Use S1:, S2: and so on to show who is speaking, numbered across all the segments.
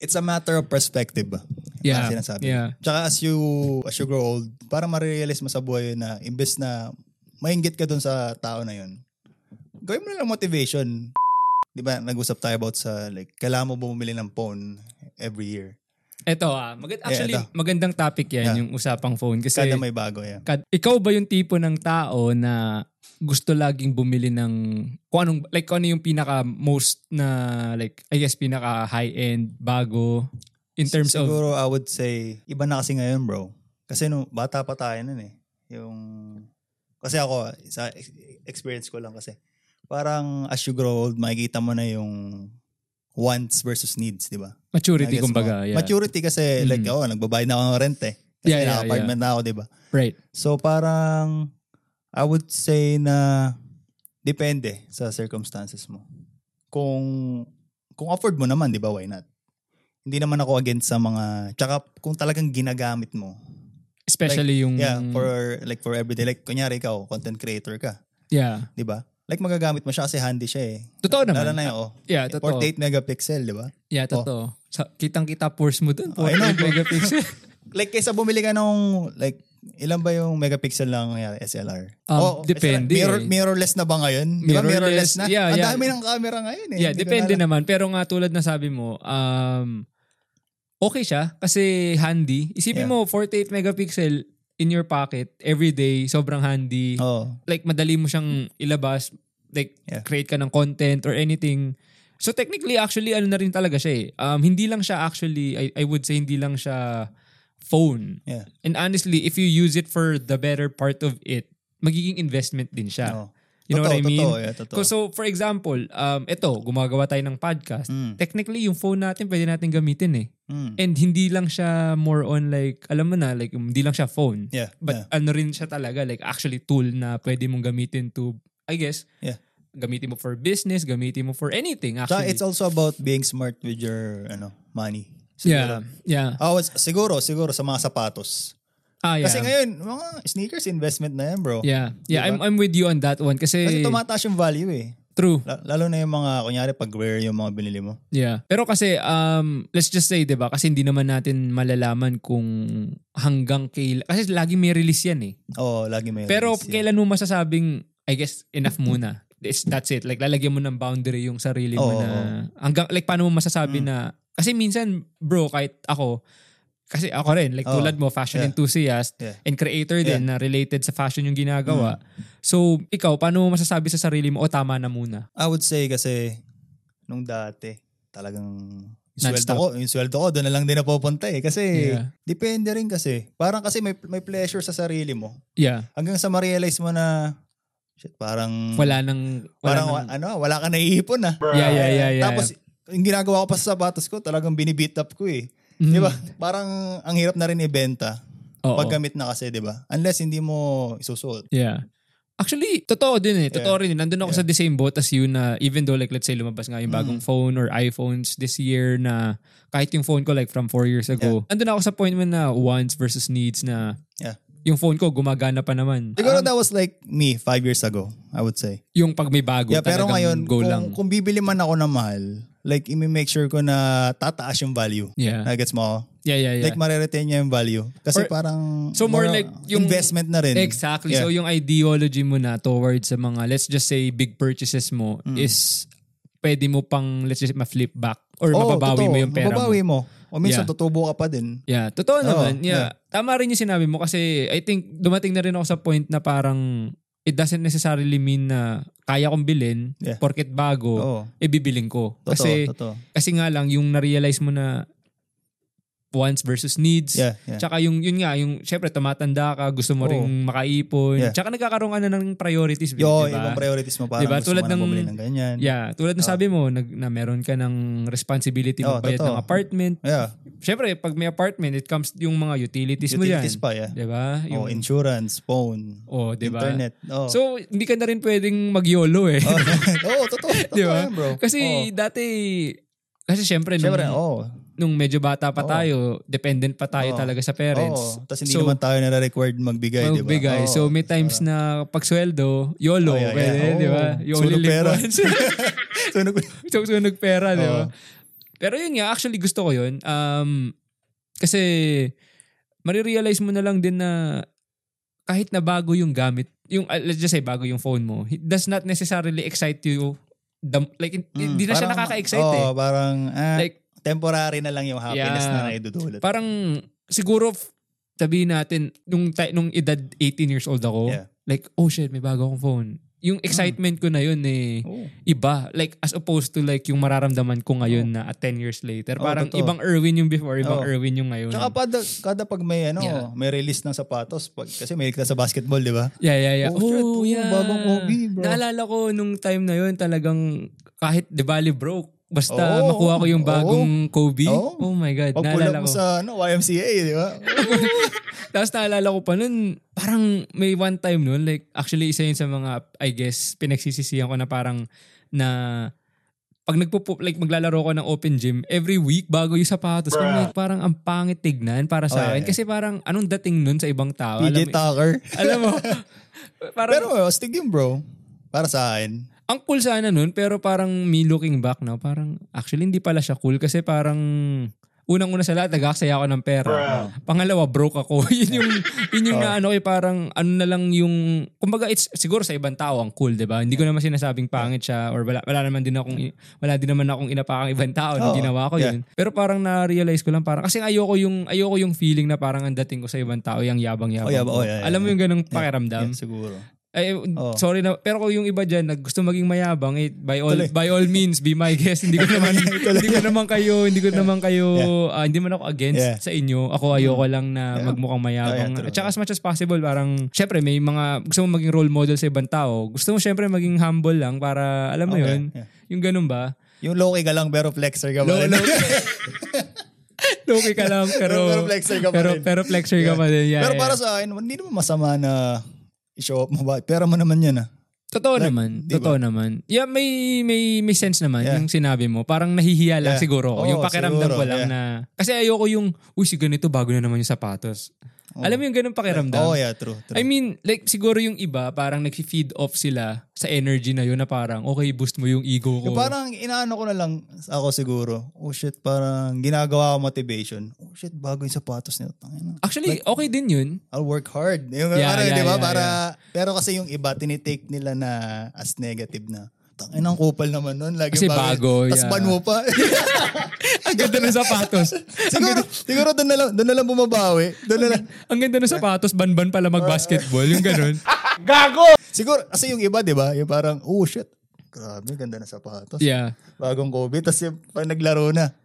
S1: it's a matter of perspective. ba?
S2: Yeah.
S1: Parang sinasabi.
S2: Yeah.
S1: Tsaka as you, as you grow old, parang marirealize mo sa buhay na imbes na maingit ka dun sa tao na yun, gawin mo na lang motivation. Di ba, nag-usap tayo about sa like, kailangan mo bumili ng phone every year.
S2: Eto ah, magand-
S1: Eh,
S2: actually
S1: eto.
S2: magandang topic yan
S1: Yeah.
S2: yung usapang phone kasi
S1: Kada may bago yan.
S2: kad- ikaw ba yung tipo ng tao na gusto laging bumili ng kung anong like kung ano yung pinaka most na like I guess pinaka high end bago in terms of
S1: Siguro I would say, iba na kasi ngayon bro. Kasi nung bata pa tayo nun eh. Yung, kasi ako, sa ex- experience ko lang kasi. Parang as you grow old, makikita mo na yung wants versus needs, di ba?
S2: maturity
S1: Nagets mo?
S2: kumbaga yeah.
S1: Maturity kasi, like,
S2: Mm.
S1: oh, nagbabayad na ako ng rent eh. Kasi
S2: Yeah, yeah,
S1: naka-apartment na ako, di ba?
S2: right
S1: So parang, I would say na depende sa circumstances mo. Kung, kung afford mo naman, di ba, why not? Hindi naman ako against sa mga, tsaka kung talagang ginagamit mo.
S2: especially yung
S1: Yeah, for, like for everyday. Like, kunyari ikaw, content creator ka,
S2: yeah
S1: di ba? Like magagamit mo siya kasi handy siya eh.
S2: totoo
S1: Lalo
S2: naman
S1: na yun, oh.
S2: yeah totoo
S1: 48 megapixel, di ba?
S2: yeah totoo Sa- kitang-kita force mo dun
S1: Oh, I know.
S2: 48 megapixel
S1: like kaysa bumili ka nung like ilan ba yung megapixel lang kaya SLR?
S2: Um,
S1: Oo,
S2: depende
S1: Mirror,
S2: eh.
S1: mirrorless na ba ngayon? Di ba
S2: Mirrorless,
S1: mirrorless na?
S2: yeah,
S1: Ang
S2: yeah.
S1: dami ng camera ngayon eh.
S2: Yeah,
S1: Hindi ko
S2: depende
S1: na. alam.
S2: naman. Pero nga tulad na sabi mo, um, okay siya kasi handy. Isipin
S1: Yeah.
S2: mo, 48 megapixel in your pocket every day, sobrang handy.
S1: Oo.
S2: Like madali mo siyang ilabas, like
S1: Oh. Yeah.
S2: create ka ng content or anything. So technically, actually, ano na rin talaga siya eh. Um, hindi lang siya actually, I, I would say hindi lang siya phone.
S1: Yeah.
S2: And honestly, if you use it for the better part of it, magiging investment din siya.
S1: Oo.
S2: You know
S1: Oh. Totoo,
S2: what I mean?
S1: Totoo, yeah, totoo.
S2: So, for example, um, ito, gumagawa tayo ng podcast.
S1: Mm.
S2: Technically, yung phone natin pwede natin gamitin eh.
S1: Mm.
S2: And hindi lang siya more on like, alam mo na, like hindi lang siya phone.
S1: Yeah,
S2: But
S1: yeah.
S2: ano rin siya talaga, like actually tool na pwede mong gamitin to, I guess,
S1: Yeah.
S2: gamitin mo for business, gamitin mo for anything
S1: Tsaka
S2: actually.
S1: it's also about being smart with your ano money.
S2: yeah, yeah.
S1: Oh, it's- siguro, siguro sa mga sapatos.
S2: Ah, yeah.
S1: Kasi ngayon, mga sneakers investment na yan, bro.
S2: yeah, yeah,
S1: Diba?
S2: I'm, I'm with you on that one kasi,
S1: Kasi tumataas yung value eh.
S2: true.
S1: La- Lalo na yung mga, kunyari, pag-wear yung mga binili mo.
S2: Yeah. Pero kasi um let's just say 'di ba kasi hindi naman natin malalaman kung hanggang kailan kasi lagi may release yan eh.
S1: Oo, lagi may
S2: Pero
S1: release, yeah.
S2: kailan mo masasabing I guess enough muna. It's, that's it. Like lalagyan mo ng boundary yung sarili mo
S1: Oo. Mm.
S2: na hanggang like paano mo masasabi na kasi minsan bro kahit ako kasi ako rin like
S1: Oo.
S2: tulad mo fashion
S1: Yeah.
S2: enthusiast
S1: Yeah. Mm.
S2: and creator din na related sa fashion yung ginagawa. So ikaw paano mo masasabi sa sarili mo o tama na muna?
S1: I would say kasi nung dati, talagang yung sweldo
S2: Non-stop.
S1: ko, yung sweldo ko, doon na lang din napupunta eh. Kasi,
S2: Yeah.
S1: depende rin kasi. Parang kasi may, may pleasure sa sarili mo.
S2: Yeah.
S1: Hanggang sa ma-realize mo na, shit, parang,
S2: Wala nang wala
S1: Mm. parang,
S2: nang-
S1: wa- ano, wala ka naiipon ah.
S2: Yeah, yeah, yeah, yeah.
S1: Tapos, yung ginagawa ko pa sa sapatos ko, talagang binibit up ko eh.
S2: Mhm.
S1: Di ba? Parang, ang hirap na rin ibenta.
S2: Oo.
S1: Paggamit na kasi, di ba? Unless hindi mo isusuot.
S2: Yeah. Actually, totoo din eh. Totoo rin. Nandun ako sa the same boat as you na even though like let's say lumabas nga yung
S1: Mm.
S2: bagong phone or iPhones this year na kahit yung phone ko like from four years ago, nandun ako sa point mo na wants versus needs na
S1: Yeah.
S2: yung phone ko gumagana pa naman.
S1: Siguro
S2: Ah,
S1: that was like me five years ago, I would say.
S2: yung pag may bago,
S1: Yeah, pero ngayon,
S2: talagang go
S1: kung,
S2: lang.
S1: kung bibili man ako ng mahal, like, imi-make sure ko na tataas yung value.
S2: Yeah.
S1: Nagets mo ako?
S2: Yeah, yeah, yeah.
S1: Like, mariretain niya yung value. Kasi
S2: Or-
S1: parang,
S2: so more like yung-
S1: investment na rin.
S2: Exactly.
S1: Yeah.
S2: So yung ideology mo na towards sa mga let's just say big purchases mo
S1: Mm.
S2: is pwede mo pang let's just say, ma-flip back or
S1: Oo,
S2: mababawi
S1: totoo.
S2: mo yung pera mo.
S1: Mababawi mo. O minsan,
S2: Yeah.
S1: tutubo ka pa din.
S2: Yeah, totoo
S1: Oo,
S2: naman. Yeah.
S1: yeah.
S2: Tama rin yung sinabi mo kasi I think dumating na rin ako sa point na parang it doesn't necessarily mean na kaya kong bilhin
S1: Yeah.
S2: porket bago,
S1: Oo.
S2: eh bibiling ko.
S1: Totoo,
S2: kasi
S1: totoo.
S2: kasi nga lang yung na-realize mo na wants versus needs.
S1: Yeah, yeah.
S2: Tsaka yung yun nga, yung syempre tumatanda ka, gusto mo
S1: Oo.
S2: ring makaipon.
S1: Yeah.
S2: Tsaka nagkakaroon ka na ng priorities,
S1: Yo,
S2: diba?
S1: ibang priorities mo. Parang
S2: Diba?
S1: gusto
S2: Tulad
S1: mo na
S2: ng-
S1: bumili ng ganyan.
S2: Yeah, tulad na
S1: Oo.
S2: sabi mo, nag, na meron ka ng responsibility
S1: Oo,
S2: magbayad
S1: totoo.
S2: ng apartment.
S1: Yeah.
S2: Syempre, pag may apartment, it comes yung mga utilities, mo dyan.
S1: Utilities pa, yeah.
S2: Diba?
S1: O, insurance, phone,
S2: Oh, di ba?
S1: internet. Oh.
S2: So, hindi ka na rin pwedeng mag-YOLO eh.
S1: Oo, totoo. Totoo
S2: di
S1: yan,
S2: ba?
S1: bro.
S2: Diba? Kasi mm. dati, kasi syempre,
S1: Oo.
S2: nung,
S1: Siyempre, oh.
S2: nung medyo bata pa
S1: Oo.
S2: tayo, dependent pa
S1: Oo.
S2: tayo talaga sa parents.
S1: Oo. Tapos hindi
S2: so,
S1: naman tayo nare-required magbigay, Oh, di ba?
S2: magbigay.
S1: Oo.
S2: So, may times na pag sweldo, YOLO,
S1: Oh, yeah, Oh, yeah.
S2: pwede,
S1: Oo.
S2: di ba? You only
S1: Sunog
S2: live
S1: pera.
S2: once.
S1: so, nag-
S2: so, sunog pera, di ba? Pero yun nga, actually gusto ko yun. Um, kasi marirealize mo na lang din na kahit na bago yung gamit, yung uh, let's just say bago yung phone mo, it does not necessarily excite you. The, like,
S1: Mm,
S2: hindi na siya nakaka-excite
S1: oh,
S2: eh.
S1: parang ah,
S2: Like,
S1: temporary na lang yung happiness na
S2: Yeah.
S1: naidudulot.
S2: parang siguro f- sabihin natin nung ti- nung edad 18 years old ako
S1: Yeah.
S2: like oh shit may bago akong phone yung excitement ko na yun eh
S1: Oo.
S2: iba like as opposed to like yung mararamdaman ko ngayon na at 10 years later
S1: Oo, Oh.
S2: parang
S1: totoo.
S2: ibang Erwin yung before
S1: Oo.
S2: ibang Erwin yung ngayon
S1: Tsaka kada, kada pag may ano,
S2: Oh. Yeah.
S1: may release ng sapatos, pag, kasi may ka sa basketball, di ba?
S2: Yeah, yeah, yeah.
S1: Oh, shit. Oh, bagong hobby, bro.
S2: Naalala ko nung time na yun talagang kahit di bali broke, basta
S1: Oo.
S2: makuha ko yung bagong Kobe.
S1: Oo.
S2: Oh my God,
S1: Oh, Pag
S2: naalala
S1: pula mo
S2: ko.
S1: sa ano, YMCA, di ba?
S2: Tapos naalala ko pa nun, parang may one time nun, like actually isa yun sa mga, I guess, pinagsisisihan ko na parang na pag nagpo like maglalaro ko ng open gym, every week bago yung sapatos ko, like, parang ang pangit tignan para sa
S1: Oh, yeah,
S2: akin.
S1: yeah.
S2: Kasi parang anong dating nun sa ibang tao? Alam,
S1: PJ
S2: mo-
S1: Tucker.
S2: alam mo, parang
S1: Pero oh, astig yun, bro. Para sa akin.
S2: ang cool sana nun, pero parang me looking back na, parang actually hindi pala siya cool kasi parang unang-una sa lahat, nag-aksaya ako ng pera. Pangalawa, broke ako. yun yung, yun
S1: Oh.
S2: yung na ano eh, parang ano na lang yung, kumbaga it's, siguro sa ibang tao ang cool, di ba? Hindi ko naman sinasabing pangit siya or wala, wala naman din akong, wala din naman akong inapakang ibang tao
S1: Oo.
S2: na ginawa ko
S1: Yeah.
S2: yun. Pero parang na-realize ko lang parang, kasi ayoko yung, ayoko yung feeling na parang ang dating ko sa ibang tao, yung yabang-yabang.
S1: Oh, yeah,
S2: ko.
S1: oh, yeah, yeah,
S2: Alam mo
S1: yeah.
S2: yung ganong pakiramdam?
S1: Yeah, siguro.
S2: Ay, eh,
S1: Oo.
S2: sorry na. Pero kung yung iba dyan, na gusto maging mayabang, eh, by all
S1: Tuloy.
S2: by all means, be my guest. Hindi ko naman,
S1: Tuloy.
S2: hindi ko naman kayo, hindi ko naman kayo, ah, hindi man ako against
S1: Yeah. Mm. Oh,
S2: sa inyo. Ako ayoko lang na magmukhang mayabang.
S1: Yeah, true.
S2: At saka as much as possible, parang, syempre, may mga, gusto mo maging role model sa ibang tao. Gusto mo syempre maging humble lang para, alam mo
S1: Okay,
S2: yun,
S1: yeah.
S2: yung ganun ba?
S1: Yung low-key ka lang, pero flexer ka
S2: Low,
S1: pa rin.
S2: low, Low-key ka lang, pero,
S1: Pero- pero flexer ka pa
S2: pero,
S1: rin.
S2: pero flexer ka
S1: Yeah.
S2: pa rin. Yeah,
S1: pero
S2: yeah.
S1: para sa akin, hindi naman masama na i-show up mo ba? Pera mo naman yan ah.
S2: Totoo
S1: Like,
S2: naman.
S1: di ba?
S2: Totoo naman. Yeah, may may may sense naman
S1: Yeah.
S2: yung sinabi mo. Parang nahihiya lang
S1: Yeah.
S2: siguro. ako. yung
S1: Oo,
S2: pakiramdam
S1: siguro,
S2: ko lang
S1: yeah.
S2: na kasi ayoko yung uy si ganito bago na naman yung sapatos. Alam mo yung ganung pakiramdam?
S1: Oo, oh, yeah, true. true.
S2: I mean, like siguro yung iba parang nagfi-feed off sila sa energy na yun na parang okay, boost mo yung ego ko.
S1: Yung parang inaano ko na lang ako siguro. Oh shit, parang ginagawa ko motivation. Oh shit, bago yung sapatos nito. Tangina.
S2: Actually, okay din yun.
S1: I'll work hard. Yung
S2: Yeah,
S1: ano,
S2: yeah,
S1: di ba?
S2: yeah,
S1: para, Pero kasi yung iba, tinitake nila na as negative na. Tangina, ang kupal naman nun. Lagi
S2: Kasi bago,
S1: Tapos
S2: yeah.
S1: ban mo pa.
S2: Ang ganda ng sapatos.
S1: siguro, siguro doon na lang, doon na lang bumabawi. Doon na lang.
S2: Ang ganda ng sapatos, ban-ban pala mag-basketball. Yung ganun.
S1: Siguro, kasi yung iba, di ba? Yung parang, oh shit, grabe, ganda na sapatos.
S2: Yeah.
S1: Bagong Kobe. Tapos yung pag naglaro na,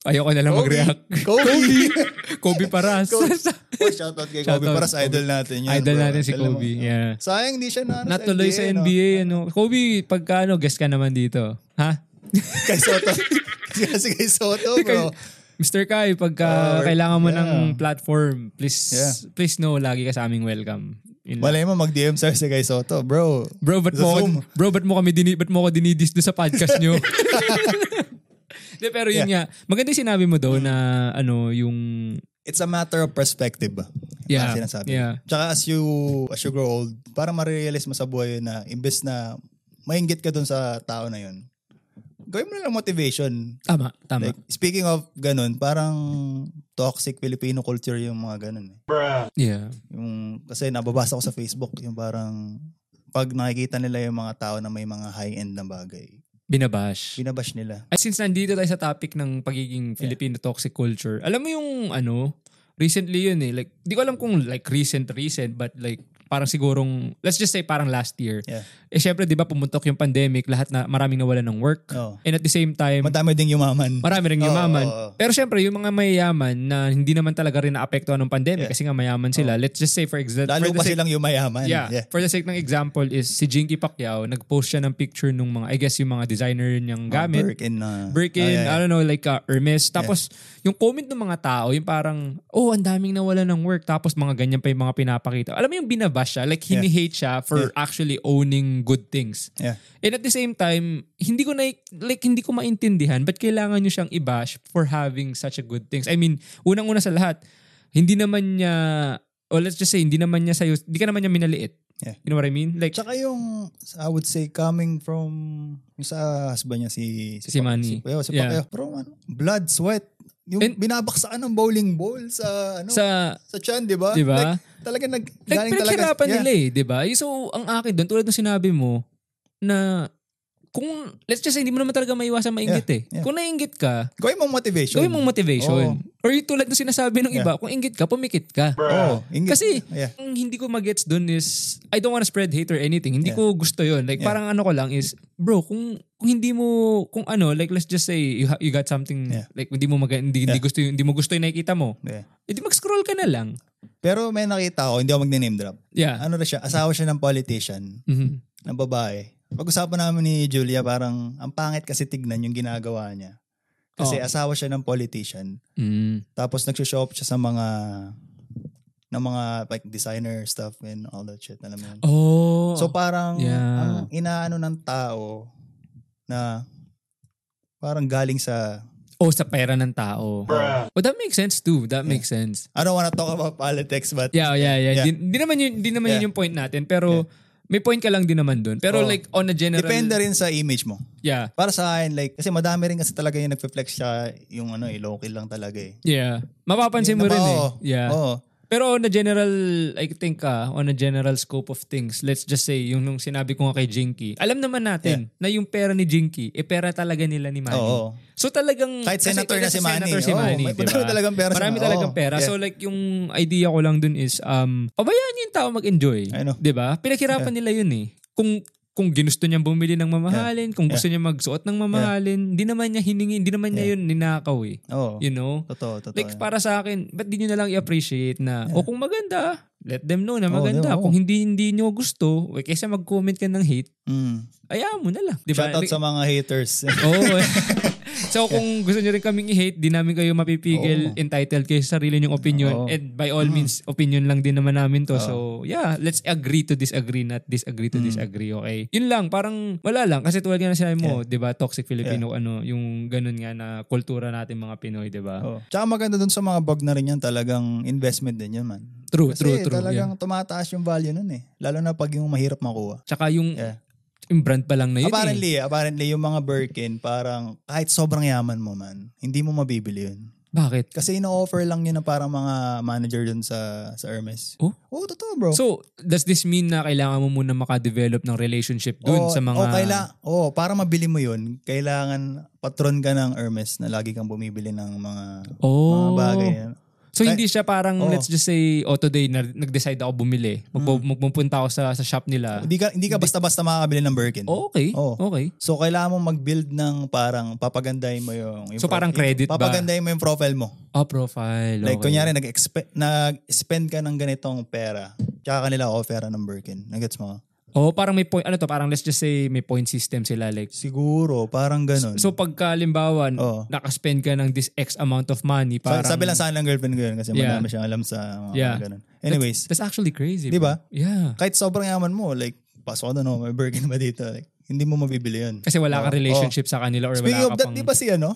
S2: Ayoko na lang mag-react.
S1: Kobe.
S2: Kobe Paras.
S1: Kobe. Oh, shoutout kay Kobe.
S2: Shoutout,
S1: Paras idol natin yun.
S2: Idol
S1: bro.
S2: natin si
S1: Alam mo.
S2: Kobe. Yeah.
S1: Sayang di siya na.
S2: Natuloy sa NBA, ano. Kobe, pagka ano, guest ka naman dito. Ha?
S1: kay Soto. Kasi kay Soto, bro.
S2: Mr. Kai,
S1: Oh,
S2: pagka kailangan mo
S1: yeah.
S2: ng platform, please
S1: Yeah.
S2: please know, lagi ka sa aming welcome. Yun lang.
S1: Malay mo, mag-DM sa'yo si kay Soto, bro.
S2: Bro,
S1: Sa
S2: ba't mo,
S1: Zoom.
S2: ako, bro, ba't mo kami dini, ba't mo ako dinidis doon sa podcast nyo? De, pero yun nga, maganda yung sinabi mo daw na ano, yung
S1: It's a matter of perspective. ba?
S2: Yeah,
S1: Ang sinasabi.
S2: yeah.
S1: Tsaka as you, as you grow old, parang marirealize mo sa buhay na imbes na maingit ka dun sa tao na yun, gawin mo na lang motivation.
S2: tama, tama.
S1: Like, speaking of ganun, parang toxic Filipino culture yung mga ganun. Eh.
S2: yeah.
S1: Yung, kasi nababasa ko sa Facebook, yung parang pag nakikita nila yung mga tao na may mga high-end na bagay,
S2: Binabash.
S1: binabash nila.
S2: At since nandito tayo sa topic ng pagiging Filipino toxic culture, alam mo yung ano, recently yun eh, like, di ko alam kung like recent, recent, but like, parang sigurong, let's just say parang last year.
S1: Yeah.
S2: Eh syempre, di ba pumuntok yung pandemic, lahat na, maraming nawalan ng work.
S1: Oo.
S2: And at the same time,
S1: Madami ding yumaman.
S2: marami rin yumaman.
S1: Oo, oo.
S2: Pero syempre, yung mga mayayaman na hindi naman talaga rin naapektuhan ng pandemic kasi nga mayaman sila. Let's just say for example,
S1: Lalo
S2: for the
S1: pa
S2: sake-
S1: silang yumayaman.
S2: Yeah. For the sake ng example is si Jinky Pacquiao, nag-post siya ng picture nung mga, I guess yung mga designer niyang gamit.
S1: Birkin na. Ah,
S2: Birkin,
S1: yeah, yeah.
S2: I don't know, like uh, Hermes. Tapos, yung comment ng mga tao, yung parang, oh, ang daming nawala ng work. Tapos, mga ganyan pa yung mga pinapakita. Alam mo yung binabash siya, like hini-hate siya for actually owning good things.
S1: Yeah.
S2: And at the same time, hindi ko na, like, hindi ko maintindihan ba't kailangan nyo siyang i-bash for having such a good things. I mean, unang-una sa lahat, hindi naman niya, or let's just say, hindi naman niya sa'yo, hindi ka naman niya minaliit.
S1: Yeah.
S2: You know what I mean? Like,
S1: Tsaka yung, I would say, coming from yung sa husband niya, si,
S2: Si
S1: Pa- Si
S2: Manny.
S1: Pacquiao, si Pacquiao.
S2: Yeah.
S1: Pero ano, blood, sweat. Yung
S2: And-
S1: binabaksakan ng bowling ball sa, ano, sa,
S2: sa,
S1: chan, di ba?
S2: di
S1: Like,
S2: ba?
S1: talaga nag,
S2: Like,
S1: galing talaga.
S2: pinaghirapan nila eh, di ba? Eh, So, ang akin doon, tulad ng sinabi mo, na kung, let's just say, hindi mo naman talaga maiwasan mainggit eh.
S1: yeah.
S2: Kung nainggit ka,
S1: Gawin mong motivation.
S2: gawin mong motivation. Or yung tulad ng sinasabi ng
S1: Yeah.
S2: iba, kung inggit ka, pumikit ka.
S1: Oo, inggit.
S2: Oh, Kasi,
S1: yeah.
S2: ang hindi ko magets doon is, I don't wanna spread hate or anything. Hindi
S1: Yeah.
S2: ko gusto yon Like,
S1: Yeah.
S2: parang ano ko lang is, bro, kung, kung hindi mo, kung ano, like, let's just say, you, ha- you got something,
S1: Yeah.
S2: like, hindi mo, mag- hindi, hindi,
S1: Yeah.
S2: gusto, yung- hindi mo gusto yung nakikita mo,
S1: Yeah.
S2: eh di mag-scroll ka na lang.
S1: Pero may nakita ako, hindi ako magne-name drop.
S2: Yeah.
S1: Ano na siya, asawa siya ng politician,
S2: Mhm.
S1: ng babae. Pag-usapan namin ni Julia, parang ang pangit kasi tignan yung ginagawa niya. Kasi
S2: Oo.
S1: asawa siya ng politician.
S2: Mm.
S1: Tapos nagsho-shop siya sa mga ng mga like designer stuff and all that shit, alam mo yun.
S2: Oh.
S1: So parang
S2: Yeah.
S1: ang inaano ng tao na parang galing sa
S2: oh, sa pera ng tao. But that makes sense too. That makes sense.
S1: I don't wanna talk about politics but
S2: Yeah, yeah, yeah.
S1: Yeah.
S2: Di, di naman yun, di naman yun
S1: Yeah.
S2: yung point natin. Pero, may point ka lang din naman dun.
S1: Oo.
S2: Pero like, on a general...
S1: depende rin sa image mo.
S2: Yeah.
S1: Para sa akin like kasi madami rin kasi talaga yung nagfe-flex siya yung ano eh low lang talaga eh.
S2: Yeah. Mapapansin mo
S1: Yung
S2: rin
S1: naba-
S2: eh.
S1: Diba? oo.
S2: Yeah.
S1: Oo.
S2: Pero on a general, I think ah, on a general scope of things, let's just say, yung nung sinabi ko nga kay Jinky, alam naman natin na yung pera ni Jinky, eh pera talaga nila ni Manny.
S1: Oo.
S2: So talagang...
S1: Kahit
S2: kasi-
S1: senator na si
S2: kasi
S1: Manny.
S2: Senator si
S1: Oo,
S2: Manny,
S1: may-
S2: diba?
S1: marami talagang pera si
S2: Marami
S1: Manny.
S2: talagang
S1: Oo,
S2: pera.
S1: yeah.
S2: So like yung idea ko lang dun is, um, pabayaan niyo yung tao mag-enjoy.
S1: I know.
S2: Diba? Pinaghirapan nila yun eh. Kung kung ginusto niyang bumili ng mamahalin, kung gusto niya magsuot ng mamahalin, hindi naman niya hiningi, hindi naman niya yun ninakaw eh.
S1: Oo.
S2: You know?
S1: Oh. Totoo, totoo. yun.
S2: Like para sa akin, ba't di nyo na lang i-appreciate na, o kung maganda, let them know na
S1: Oo,
S2: maganda.
S1: Oh, di ba?
S2: Kung hindi hindi nyo gusto, eh, kaysa mag-comment ka ng hate,
S1: mm.
S2: ayaw mo na lang. Diba?
S1: Shout out sa mga haters.
S2: Oo. eh. so kung gusto nyo rin kaming i-hate, di namin kayo mapipigil,
S1: Oo.
S2: entitled kayo sa sarili nyong opinion.
S1: Oo. Mm.
S2: And by all means, opinion lang din naman namin to. So yeah, let's agree to disagree, not disagree
S1: Mm.
S2: to disagree, okay? Yun lang, parang wala lang. Kasi tulad nga na sinabi mo, di ba, toxic Filipino, ano, yung ganun nga na kultura natin mga Pinoy, di ba?
S1: Oh. Tsaka maganda dun sa mga bag na rin yan, talagang investment din yun man.
S2: True,
S1: Kasi
S2: true, true.
S1: talagang tumataas yung value nun eh. Lalo na pag yung mahirap makuha.
S2: Tsaka yung,
S1: Yeah.
S2: yung brand pa lang na yun. eh.
S1: apparently, apparently yung mga Birkin, parang kahit sobrang yaman mo man, hindi mo mabibili yun.
S2: Bakit?
S1: Kasi ino-offer lang yun na parang mga manager dun sa, sa Hermes.
S2: Oh?
S1: Oo, totoo bro.
S2: So, does this mean na kailangan mo muna makadevelop ng relationship dun
S1: Oo,
S2: sa mga...
S1: oo, kaila- oo, para mabili mo yun, kailangan patron ka ng Hermes na lagi kang bumibili ng mga, mga
S2: Oh.
S1: bagay. na-
S2: So
S1: Kay-
S2: hindi siya parang
S1: Oo.
S2: let's just say oh today na, nag-decide ako bumili. Magpu-
S1: Hmm.
S2: Magpupunta ako sa sa shop nila.
S1: Hindi ka, hindi ka basta-basta makakabili ng Birkin.
S2: Oh, okay.
S1: Oo.
S2: Okay.
S1: So, kailangan mong mag-build ng parang papagandahin mo yung... yung
S2: So, parang credit ba?
S1: Papagandahin mo yung profile mo.
S2: Oh, profile.
S1: Like,
S2: okay.
S1: kunyari, nag-expe- nag-spend ka ng ganitong pera. Tsaka kanila offer ng Birkin. Nagets mo?
S2: Oh, parang may point ano to, parang let's just say may point system sila like.
S1: Siguro, parang ganun.
S2: So pagka limbawa
S1: Oo.
S2: nakaspend ka ng this X amount of money
S1: Oh. Sa-
S2: parang
S1: sabi lang sa akin ng girlfriend ko yun kasi
S2: Yeah.
S1: madami siyang alam sa mga
S2: Yeah.
S1: ganun. Anyways,
S2: That's actually crazy.
S1: Di ba?
S2: bro. Yeah.
S1: kahit sobrang yaman mo, like, pasok ka doon, oh, may Birkin ba dito? Like, hindi mo mabibili yun.
S2: Kasi wala
S1: Oo.
S2: kang relationship sa kanila
S1: Oo. Oh.
S2: or
S1: Speaking of
S2: wala ka
S1: that,
S2: pang
S1: di ba si ano?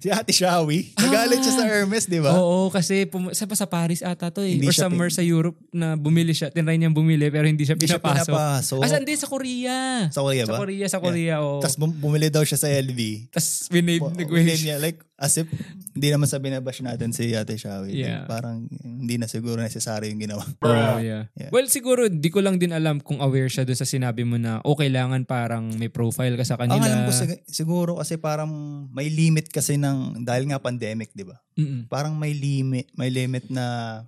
S1: Si Ate Shawi? Nagalit siya sa Hermes, di ba?
S2: Oo, kasi pum- sa, sa Paris ata to eh.
S1: Hindi
S2: or
S1: siya
S2: somewhere sa Europe na bumili siya. Tinry niyang bumili pero hindi siya
S1: Hindi siya
S2: pinapasok.
S1: pinapasok.
S2: Ah, sa- hindi, sa Korea.
S1: Sa Korea ba?
S2: Sa Korea, sa Korea. oo.
S1: Tapos bum- bumili daw siya sa LV.
S2: Tapos winave,
S1: Well,
S2: nag-wave.
S1: niya, like, as if, hindi naman sa binabash natin si Ate Shawi.
S2: Yeah.
S1: Parang, hindi na siguro necessary yung ginawa.
S2: Oh, yeah.
S1: Yeah.
S2: Well, siguro, di ko lang din alam kung aware siya doon sa sinabi mo na, oh, kailangan parang may profile ka sa
S1: Ang Ah,
S2: kanila.
S1: alam ko, sig- siguro kasi parang may limit kasi ng, dahil nga pandemic, di ba?
S2: Mm-mm.
S1: Parang may limit, may limit na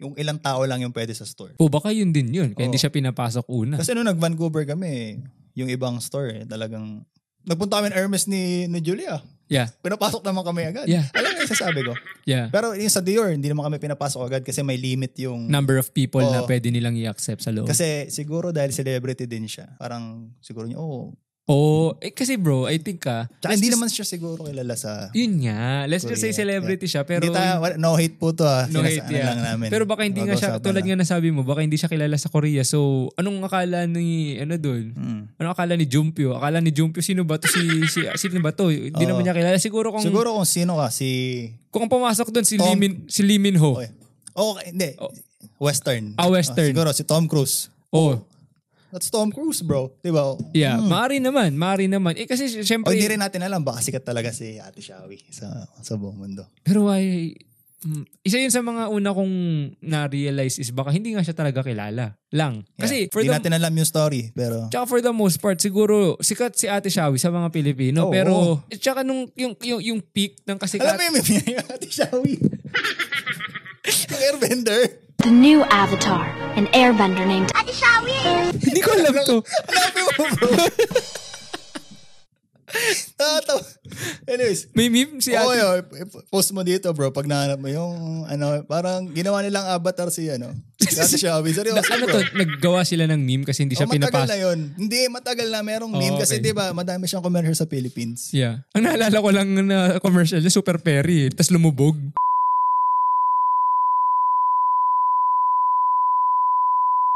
S1: yung ilang tao lang yung pwede sa store.
S2: O, baka yun din yun. Kaya
S1: Oo.
S2: hindi siya pinapasok una.
S1: Kasi nung nag-Vancouver kami, yung ibang store, eh, talagang, nagpunta kami ng Hermes ni, ni Julia.
S2: Yeah,
S1: Pinapasok naman kami agad.
S2: Yeah.
S1: Alam mo yung sasabi ko.
S2: yeah.
S1: Pero yung sa Dior, hindi naman kami pinapasok agad kasi may limit yung
S2: Number of people
S1: Oo.
S2: na pwede nilang i-accept sa loob.
S1: Kasi siguro dahil celebrity din siya. Parang siguro niya, oh.
S2: oh, eh, kasi bro, I think ah,
S1: Tsaka hindi naman siya siguro kilala sa...
S2: yun nga. Let's just say
S1: Korea.
S2: celebrity siya, pero...
S1: hindi tayo, wala- no hate po to ah.
S2: No hate,
S1: Sinasa- ano
S2: yeah.
S1: lang namin.
S2: Pero baka hindi nga siya,
S1: Pag-usapan
S2: tulad
S1: lang.
S2: nga nasabi mo, baka hindi siya kilala sa Korea. So, anong akala ni, ano doon?
S1: Mm.
S2: Ano akala ni Jumpyo? Akala ni Jumpyo, sino ba to? Si, si, ah, sino ba to? Hindi
S1: Oo.
S2: naman niya kilala. Siguro kung,
S1: Siguro kung sino ka, si...
S2: kung ang pumasok doon, si,
S1: Tom-
S2: Limin, si Limin Ho.
S1: Okay. Oh, hindi. Western.
S2: Ah, Western.
S1: siguro si Tom Cruise.
S2: Oh,
S1: That's Tom Cruise, bro. Di ba?
S2: yeah. Maari naman, maari naman. Eh kasi
S1: O
S2: sy-
S1: Oh,
S2: syempre,
S1: hindi rin natin alam, baka sikat talaga si Ate Shawi sa, sa buong mundo.
S2: pero why, mm, isa yun sa mga una kong na-realize is baka hindi nga siya talaga kilala lang. Kasi
S1: Yeah.
S2: for
S1: Di
S2: the,
S1: natin alam yung story, pero...
S2: Tsaka for the most part, siguro sikat si Ate Shawi sa mga
S1: Oo.
S2: Pilipino. pero, eh, tsaka nung, yung, yung, yung peak ng kasikat.
S1: Alam mo yung meme niya, Ate Shawi. yung airbender.
S3: The new avatar, an airbender named
S2: hindi ko alam to.
S1: Hanapin mo, bro. Nakatawa. Anyways,
S2: May meme si
S1: Oo,
S2: Ate.
S1: yun. I- post mo dito bro pag nahanap mo yung ano parang ginawa nilang avatar si ano dati siya Abby. seryoso
S2: Na, ano
S1: bro
S2: to, naggawa sila ng meme kasi hindi siya
S1: oh, matagal
S2: pinapas.
S1: na yun hindi matagal na merong meme
S2: Oh,
S1: kasi
S2: okay.
S1: di ba madami siyang commercial sa Philippines
S2: Yeah. Ang naalala ko lang na commercial niya, Super Perry. Tapos lumubog.